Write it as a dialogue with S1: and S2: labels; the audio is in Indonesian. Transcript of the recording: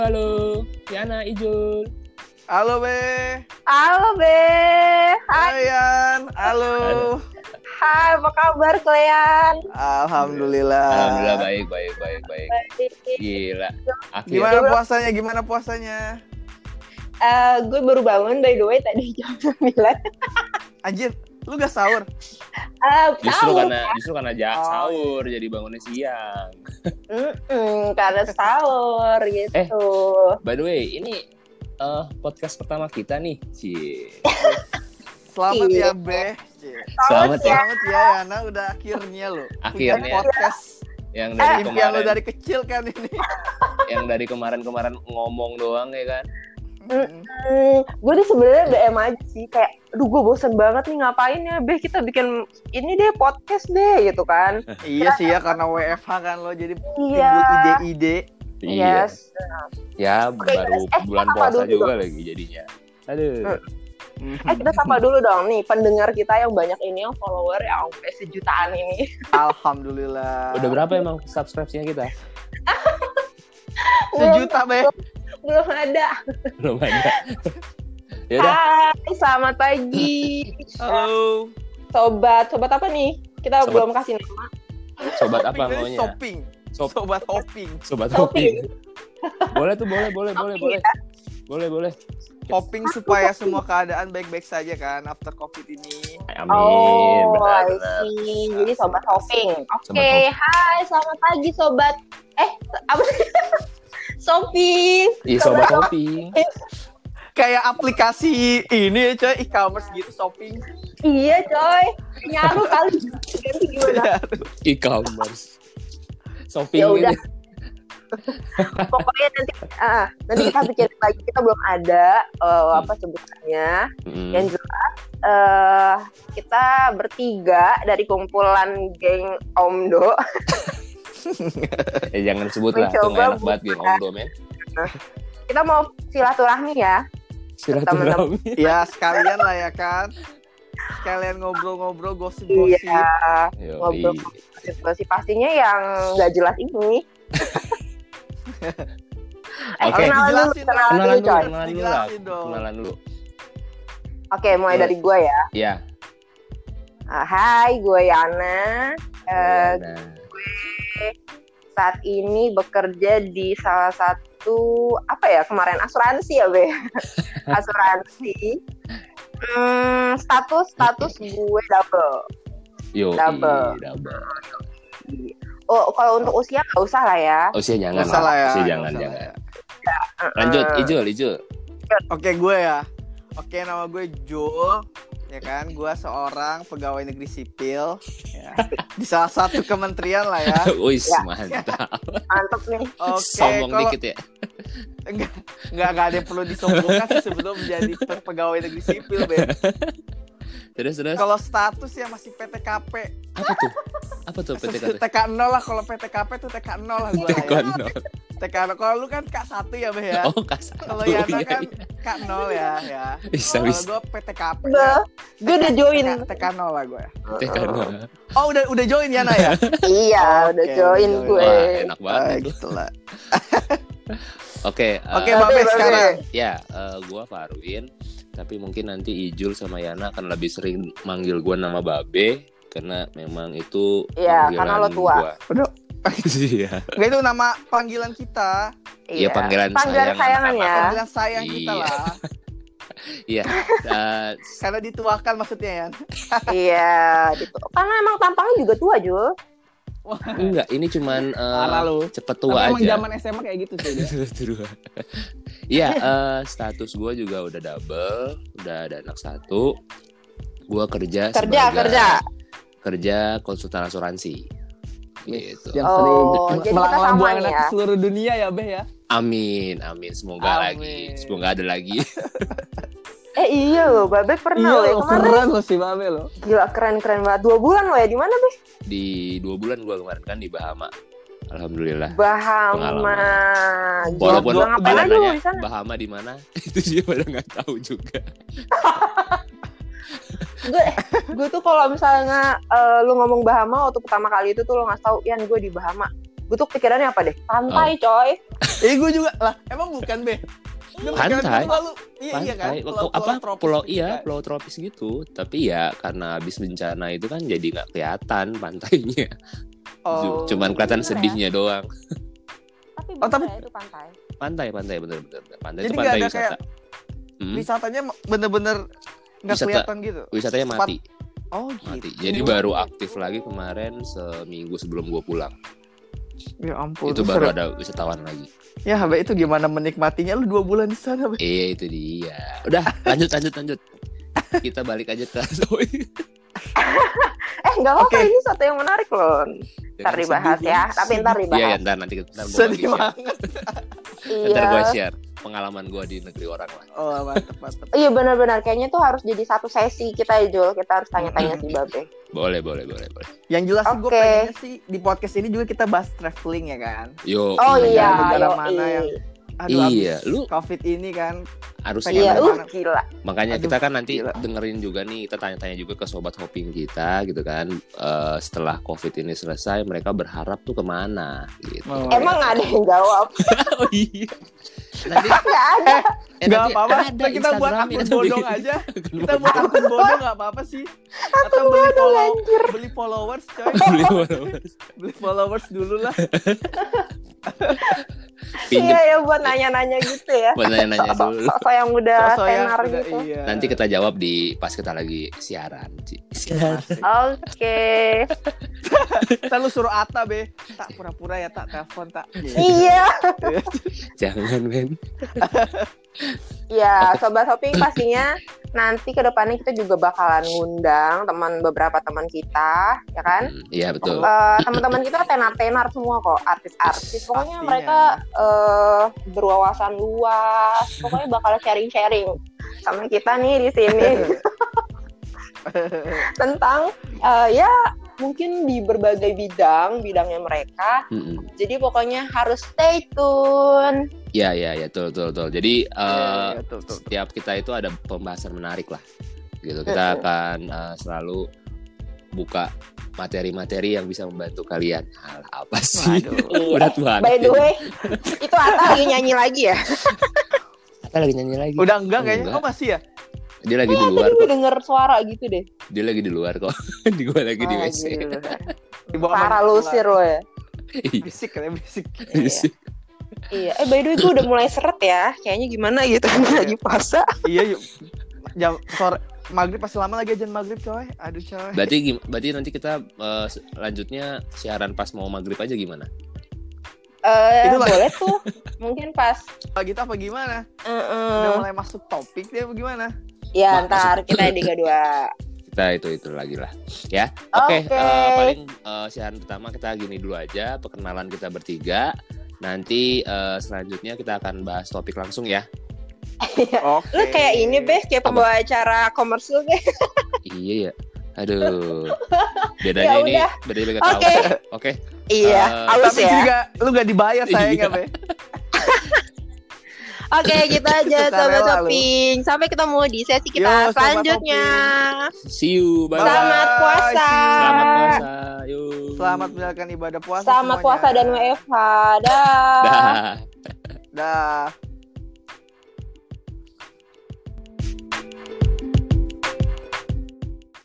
S1: Halo, Yana Ijul.
S2: Halo Be,
S3: Halo Be, hai,
S2: Hai Yan, halo.
S3: hai, apa kabar kalian?
S2: Alhamdulillah.
S3: Ah.
S1: Alhamdulillah baik, baik, baik, baik.
S3: Baik.
S1: Gila. Akhirnya
S3: Iya.
S2: Gimana puasanya? Gimana puasanya?
S3: Eh, gue baru bangun by the way tadi jam 9
S2: Anjir, lu gak sahur?
S3: Eh,
S1: justru
S3: sahur.
S1: karena justru karena ja-
S2: Oh.
S1: sahur jadi bangunnya siang.
S3: Mm-mm, karena sahur
S1: Eh,
S3: gitu.
S1: By the way, ini eh, podcast pertama kita nih, Ci.
S2: Selamat ya
S3: Iya.
S2: Be.
S1: Selamat ya.
S2: Selamat ya Yana, udah akhirnya lu.
S1: Akhirnya.
S2: Punya podcast.
S1: Yang
S3: Eh.
S1: dari
S2: Impian lu
S1: kemarin,
S2: dari kecil kan ini.
S1: yang dari kemarin-kemarin ngomong doang ya kan.
S2: Mm.
S3: Hmm, gue tuh sebenarnya DM aja sih kayak, aduh gue bosen banget nih ngapain ya Be kita bikin ini deh podcast deh gitu kan.
S2: iya sih ya karena WFH kan lo jadi timbul
S3: Iya.
S2: ide-ide.
S1: Iya.
S3: Yes.
S1: Ya,
S3: Oke,
S1: baru
S3: guys. Eh,
S1: bulan
S3: apa
S1: puasa
S3: dulu
S1: juga lagi jadinya. Aduh.
S2: Hmm.
S3: Eh kita sapa dulu dong nih pendengar kita yang banyak ini yang follower yang sampai sejutaan ini.
S2: Alhamdulillah.
S1: Udah berapa emang subscribe-nya kita?
S2: Sejuta Be.
S3: Belum ada.
S1: Belum ada. ya
S3: Ah.
S1: udah,
S3: Hai, selamat pagi.
S2: Halo.
S3: Sobat, sobat apa nih? Kita
S1: Sobat-
S3: belum kasih nama.
S1: sobat apa
S2: Jadi
S1: maunya?
S2: Shopping.
S1: Sop-
S2: Sobat hopping.
S1: sobat
S3: Shopping.
S1: hopping. boleh tuh, boleh, boleh, boleh, boleh.
S3: Shopping,
S1: Boleh, boleh.
S2: Hopping supaya semua keadaan baik-baik saja kan after covid ini.
S1: Amin.
S3: Oh,
S1: benar,
S3: I
S1: benar.
S3: see. Jadi sobat hopping. Oke,
S1: Sobat hopping.
S3: hai, selamat pagi sobat. Eh, apa sih? Shopping.
S1: Iya, sobat hopping.
S2: kayak aplikasi ini ya coy e-commerce gitu shopping
S3: Iya, coy. Nyaru kali. Ganti gimana?
S1: E-commerce. Shopping
S3: Ya
S1: gitu.
S3: udah. Pokoknya nanti ah, nanti kita pikirin lagi. Kita belum ada eh, apa
S1: Hmm.
S3: sebutannya.
S1: Mm.
S3: Yang jelas eh kita bertiga dari kumpulan geng Omdo.
S1: Eh, jangan sebut lah, tuh
S3: Mencoba
S1: nggak enak banget geng
S3: buka.
S1: Omdo, men.
S3: Kita mau silaturahmi ya.
S1: Silaturahmi.
S2: ya sekalian lah ya kan sekalian ngobrol-ngobrol gosip-gosip
S3: Iya.
S1: Yoi.
S3: Ngobrol Gosip pastinya yang nggak jelas ini. eh,
S1: Oke.
S3: kenalan dulu,
S2: Dijelasin
S3: kenalan dulu,
S1: Kenalan dulu,
S3: coy.
S1: kenalan dulu lah.
S2: Jelasin dong.
S1: Kenalan dulu.
S3: Oke, mulai
S1: Boleh.
S3: dari gue ya.
S1: Iya.
S3: Ah, hai, gue Yana. Eh,
S1: Nah,
S3: saat ini bekerja di salah satu apa ya kemarin asuransi ya be asuransi Hmm, status status gue double
S1: Yoi,
S3: double.
S1: double.
S3: oh kalau untuk usia nggak usah lah ya
S1: Usia Oh, jangan
S2: Nggak salah ya
S1: Usia
S2: nggak
S1: jangan,
S2: salah
S1: jangan.
S2: ya.
S1: Lanjut,
S3: Eh,
S1: Ijul, Ijul.
S2: oke gue ya oke nama gue Joel ya kan gue seorang pegawai negeri sipil ya. di salah satu kementerian lah ya
S1: Wis,
S3: Ya.
S1: mantap.
S3: mantep nih
S2: oke
S1: Sombong
S2: kalau
S1: dikit ya.
S2: enggak enggak enggak ada yang perlu disombongkan sih sebelum menjadi pe- pegawai negeri sipil Ben.
S1: Terus, terus.
S2: kalau status ya masih PTKP
S1: Apa tuh? Apa tuh PTKT?
S2: TK 0 lah kalau PTKP tuh TK 0 lah gue lah ya.
S1: Taekwondo.
S2: TK 0 kalau lu kan K1 ya Beh ya
S1: Oh, kas.
S2: kalau
S1: iya,
S2: Yana kan
S1: iya.
S2: K0 ya ya
S1: Bisa,
S2: kalau
S1: bisa.
S2: gue PTKP
S3: gue gue udah join
S2: TK 0 lah gue
S1: Taekwondo.
S2: oh udah udah join Yana ya
S3: iya udah
S2: Oke,
S3: join
S2: udah join.
S3: gue
S1: Wah, enak banget.
S2: Ah,
S1: itu.
S2: gitu lah
S1: Oke, eh,
S2: oke Babe
S3: Babe.
S2: sekarang
S1: ya, eh, gua Farwin, tapi mungkin nanti Ijul sama Yana akan lebih sering manggil gua nama Babe karena memang itu
S3: Iya,
S1: panggilan
S3: karena lo tua.
S1: gua.
S2: Aduh.
S1: Iya.
S2: Gak itu nama panggilan kita
S1: Iya, panggilan sayang
S3: sayangan
S1: anak-anak.
S3: ya
S2: Panggilan sayang kita
S1: Iya.
S2: lah
S1: Iya. eh,
S2: Karena dituakan maksudnya ya
S3: iya gitu karena emang tampangnya juga tua Jul
S1: enggak, ini cuman eh,
S2: Parah lu
S1: cepet
S2: Tapi
S1: tua
S2: emang
S1: aja.
S2: zaman SMA kayak gitu sih
S3: Oh,
S2: dia.
S1: Dua. Iya, eh, status gue juga udah double, udah ada anak satu. Gue kerja
S3: Kerja,
S1: sebagai-
S3: kerja.
S1: kerja konsultan asuransi. Gitu.
S2: Yang
S3: Oh,
S2: sering
S3: jadi kita
S2: melanglang
S3: sama
S2: buana
S3: nih
S2: ke
S3: ya.
S2: seluruh dunia ya Beh ya
S1: Amin, amin. Semoga
S2: Amin.
S1: lagi, semoga ada lagi.
S3: eh iya loh Babe pernah loh ya
S2: Iya lo
S3: kemarin
S2: keren lo si Babe lo
S3: gila keren keren banget dua bulan loh ya di mana Be?
S1: Di dua bulan gue kemarin kan di Bahama. Alhamdulillah.
S3: Bahama
S2: Gua-
S1: Walaupun
S2: gua-
S3: gua ngapain
S1: pada
S3: aja lu
S1: nanya
S3: di sana
S1: Bahama di mana, itu dia pada nggak tahu juga.
S3: gue gue tuh kalau misalnya eh, lu ngomong Bahama waktu pertama kali itu tuh lu nggak tahu Yan gue di Bahama gue tuh pikirannya apa deh Oh. santai coy
S2: Eh gue juga lah, emang bukan be. Lu pikiran
S1: Pantai.
S2: gua lalu- iya, iya kan.
S1: pantai
S2: Pulau-
S1: apa
S2: tropis
S1: pulau
S2: gitu
S1: iya
S2: kan.
S1: pulau tropis gitu tapi ya karena habis bencana itu kan jadi nggak kelihatan pantainya
S2: Oh.
S1: cuman kelihatan
S3: bener ya.
S1: sedihnya doang
S3: tapi
S2: Oh,
S3: oh,
S2: tapi-
S3: itu pantai
S1: pantai pantai bener bener bener. pantai
S2: Jadi
S1: itu
S2: nggak
S1: pantai
S2: ada
S1: wisata Hmm,
S2: wisatanya bener-bener nggak
S1: Wisata-
S2: kelihatan gitu.
S1: wisatanya
S2: tempat-
S1: mati
S2: Oh
S1: mati
S2: gitu.
S1: jadi baru aktif lagi kemarin seminggu sebelum gue pulang
S2: Ya ampun.
S1: itu
S2: lu
S1: baru
S2: seru.
S1: ada wisatawan lagi
S2: Ya be itu gimana menikmatinya lu dua bulan di sana be.
S1: iya itu dia udah lanjut lanjut lanjut kita balik aja ke Zoe.
S3: eh nggak apa-apa
S2: Oke.
S3: ini satu yang menarik loh ntar
S1: Jangan
S3: dibahas
S1: sedih,
S3: ya
S1: Bun.
S3: tapi ntar
S1: Iya, ya,
S3: dibahas
S1: ntar nanti ntar gue bagi
S2: Sedih
S1: share.
S2: banget.
S1: Ntar
S3: iya
S1: gue share pengalaman gue di negeri orang lain.
S2: Oh mantep mantep.
S3: Iya benar-benar kayaknya tuh harus jadi satu sesi kita ya Jul. Kita harus tanya-tanya si Babe.
S1: Boleh, boleh, boleh, boleh.
S2: Yang jelas sih gue
S3: Oke.
S2: pengennya sih di podcast ini juga kita bahas traveling ya kan.
S1: Yo.
S3: Oh iya,
S2: negara
S3: yo,
S2: mana
S3: iya.
S2: yang- Aduw,
S1: Iya,
S2: abis
S1: lu
S2: Covid ini kan.
S1: harusnya
S3: Iya,
S2: Pengen
S3: uh
S2: mana?
S3: gila.
S1: makanya
S2: Aduh,
S1: kita kan nanti
S2: gila.
S1: dengerin juga nih kita tanya-tanya juga ke sobat hopping kita gitu kan Eh, setelah covid ini selesai mereka berharap tuh kemana gitu
S2: Oh.
S3: Emang ada yang jawab?
S1: oh iya nanti
S3: Gak ada.
S1: eh,
S2: Gak
S1: nanti
S2: apa-apa.
S1: ada
S2: Kita buat
S1: Instagramnya
S2: akun
S1: tuh.
S2: bodong aja.
S1: Akun
S2: Kita buat akun bodong nggak apa-apa sih. Atau
S3: Aku
S2: beli
S3: bodoh
S2: follow-
S3: anjir.
S2: beli followers coy.
S1: bodong. Boleh, boleh, boleh.
S2: beli followers dulu lah.
S1: pinjem
S3: Iya ya buat nanya-nanya gitu ya.
S1: buat nanya-nanya
S3: Sok-
S1: dulu
S3: Sosok yang udah
S2: Sosok yang
S3: Ya, tenar
S2: udah-
S3: gitu.
S2: iya.
S1: nanti kita jawab di pas kita lagi siaran Ci. siaran
S2: iya.
S3: Oke.
S2: Ntar lu suruh Ata be. Tak pura-pura ya tak telepon tak.
S3: Iya.
S1: jangan men
S3: Iya, sobat shopping pastinya nanti kedepannya kita juga bakalan ngundang teman beberapa teman kita, ya kan?
S1: Hmm, iya betul
S3: Eh, teman-teman kita tenar-tenar semua kok artis-artis pokoknya
S2: Pastinya.
S3: mereka eh, berwawasan luas pokoknya bakal sharing-sharing sama kita nih di sini tentang eh, ya mungkin di berbagai bidang bidangnya mereka
S1: Mm-mm.
S3: jadi pokoknya harus stay tune
S1: Iya, iya, iya, betul, betul, betul. Jadi eh,
S2: Iya, tuh, tuh, tuh.
S1: setiap kita itu ada pembahasan menarik lah gitu kita
S3: Mm-mm.
S1: akan eh, selalu buka materi-materi yang bisa membantu kalian hal apa sih
S2: Waduh.
S1: berat banget
S3: by the
S1: ini.
S3: way itu Atta lagi nyanyi lagi ya
S1: Atta lagi nyanyi lagi
S2: Udah enggak kayaknya.
S1: Enggak.
S2: Oh masih ya?
S1: dia lagi di luar
S3: tadi gue
S1: kok
S3: denger suara gitu deh
S1: dia lagi di luar kok di gua lagi di
S3: Ah,
S1: wc
S3: gitu.
S2: Di bawah
S3: Parah
S2: mandi.
S3: lusir lo ya
S1: Iya,
S2: Bisik katanya bisik.
S1: sih.
S3: Iya, eh by the way gue udah mulai seret ya, kayaknya gimana gitu lagi puasa.
S2: Iya yuk. Jam sore maghrib pasti lama lagi aja maghrib coy. Aduh coy.
S1: berarti gim- berarti nanti kita eh, se- lanjutnya siaran pas mau maghrib aja gimana
S3: Eh
S2: Itu lah.
S3: boleh tuh, mungkin pas.
S2: Lagi gitu apa gimana?
S3: eh,
S2: Udah
S3: eh,
S2: mulai masuk topik dia apa gimana?
S3: ya
S1: Mak-
S3: ntar kita di dua.
S1: kita Nah, itu itu lagi lah ya oke
S3: Oke.
S1: eh, paling eh, siaran pertama kita gini dulu aja perkenalan kita bertiga nanti eh, selanjutnya kita akan bahas topik langsung ya
S2: Oke.
S3: Iya. Lu kayak ini beh, kayak pembawa acara komersil beh.
S1: Iya ya. Aduh. Bedanya
S3: Ya
S1: ini
S3: udah.
S1: bedanya beda
S3: Oke.
S1: tahun. Oke.
S3: Iya,
S1: Eh,
S3: halus
S2: Tapi
S3: ya.
S2: juga lu gak dibayar
S1: Iya.
S2: sayangnya be.
S3: Oke, kita aja
S2: Suka
S3: sobat
S2: rela lu.
S3: shopping. Sampai ketemu di sesi kita
S2: Yo, Sobat
S3: selanjutnya.
S1: See you. Bye.
S3: Selamat
S2: Bye-bye. See
S3: puasa.
S2: you.
S1: Selamat puasa. Yuk.
S2: Selamat menjalankan ibadah puasa
S3: Selamat
S2: semuanya.
S3: puasa dan WFH. Dah.
S1: Dah.
S2: Dah.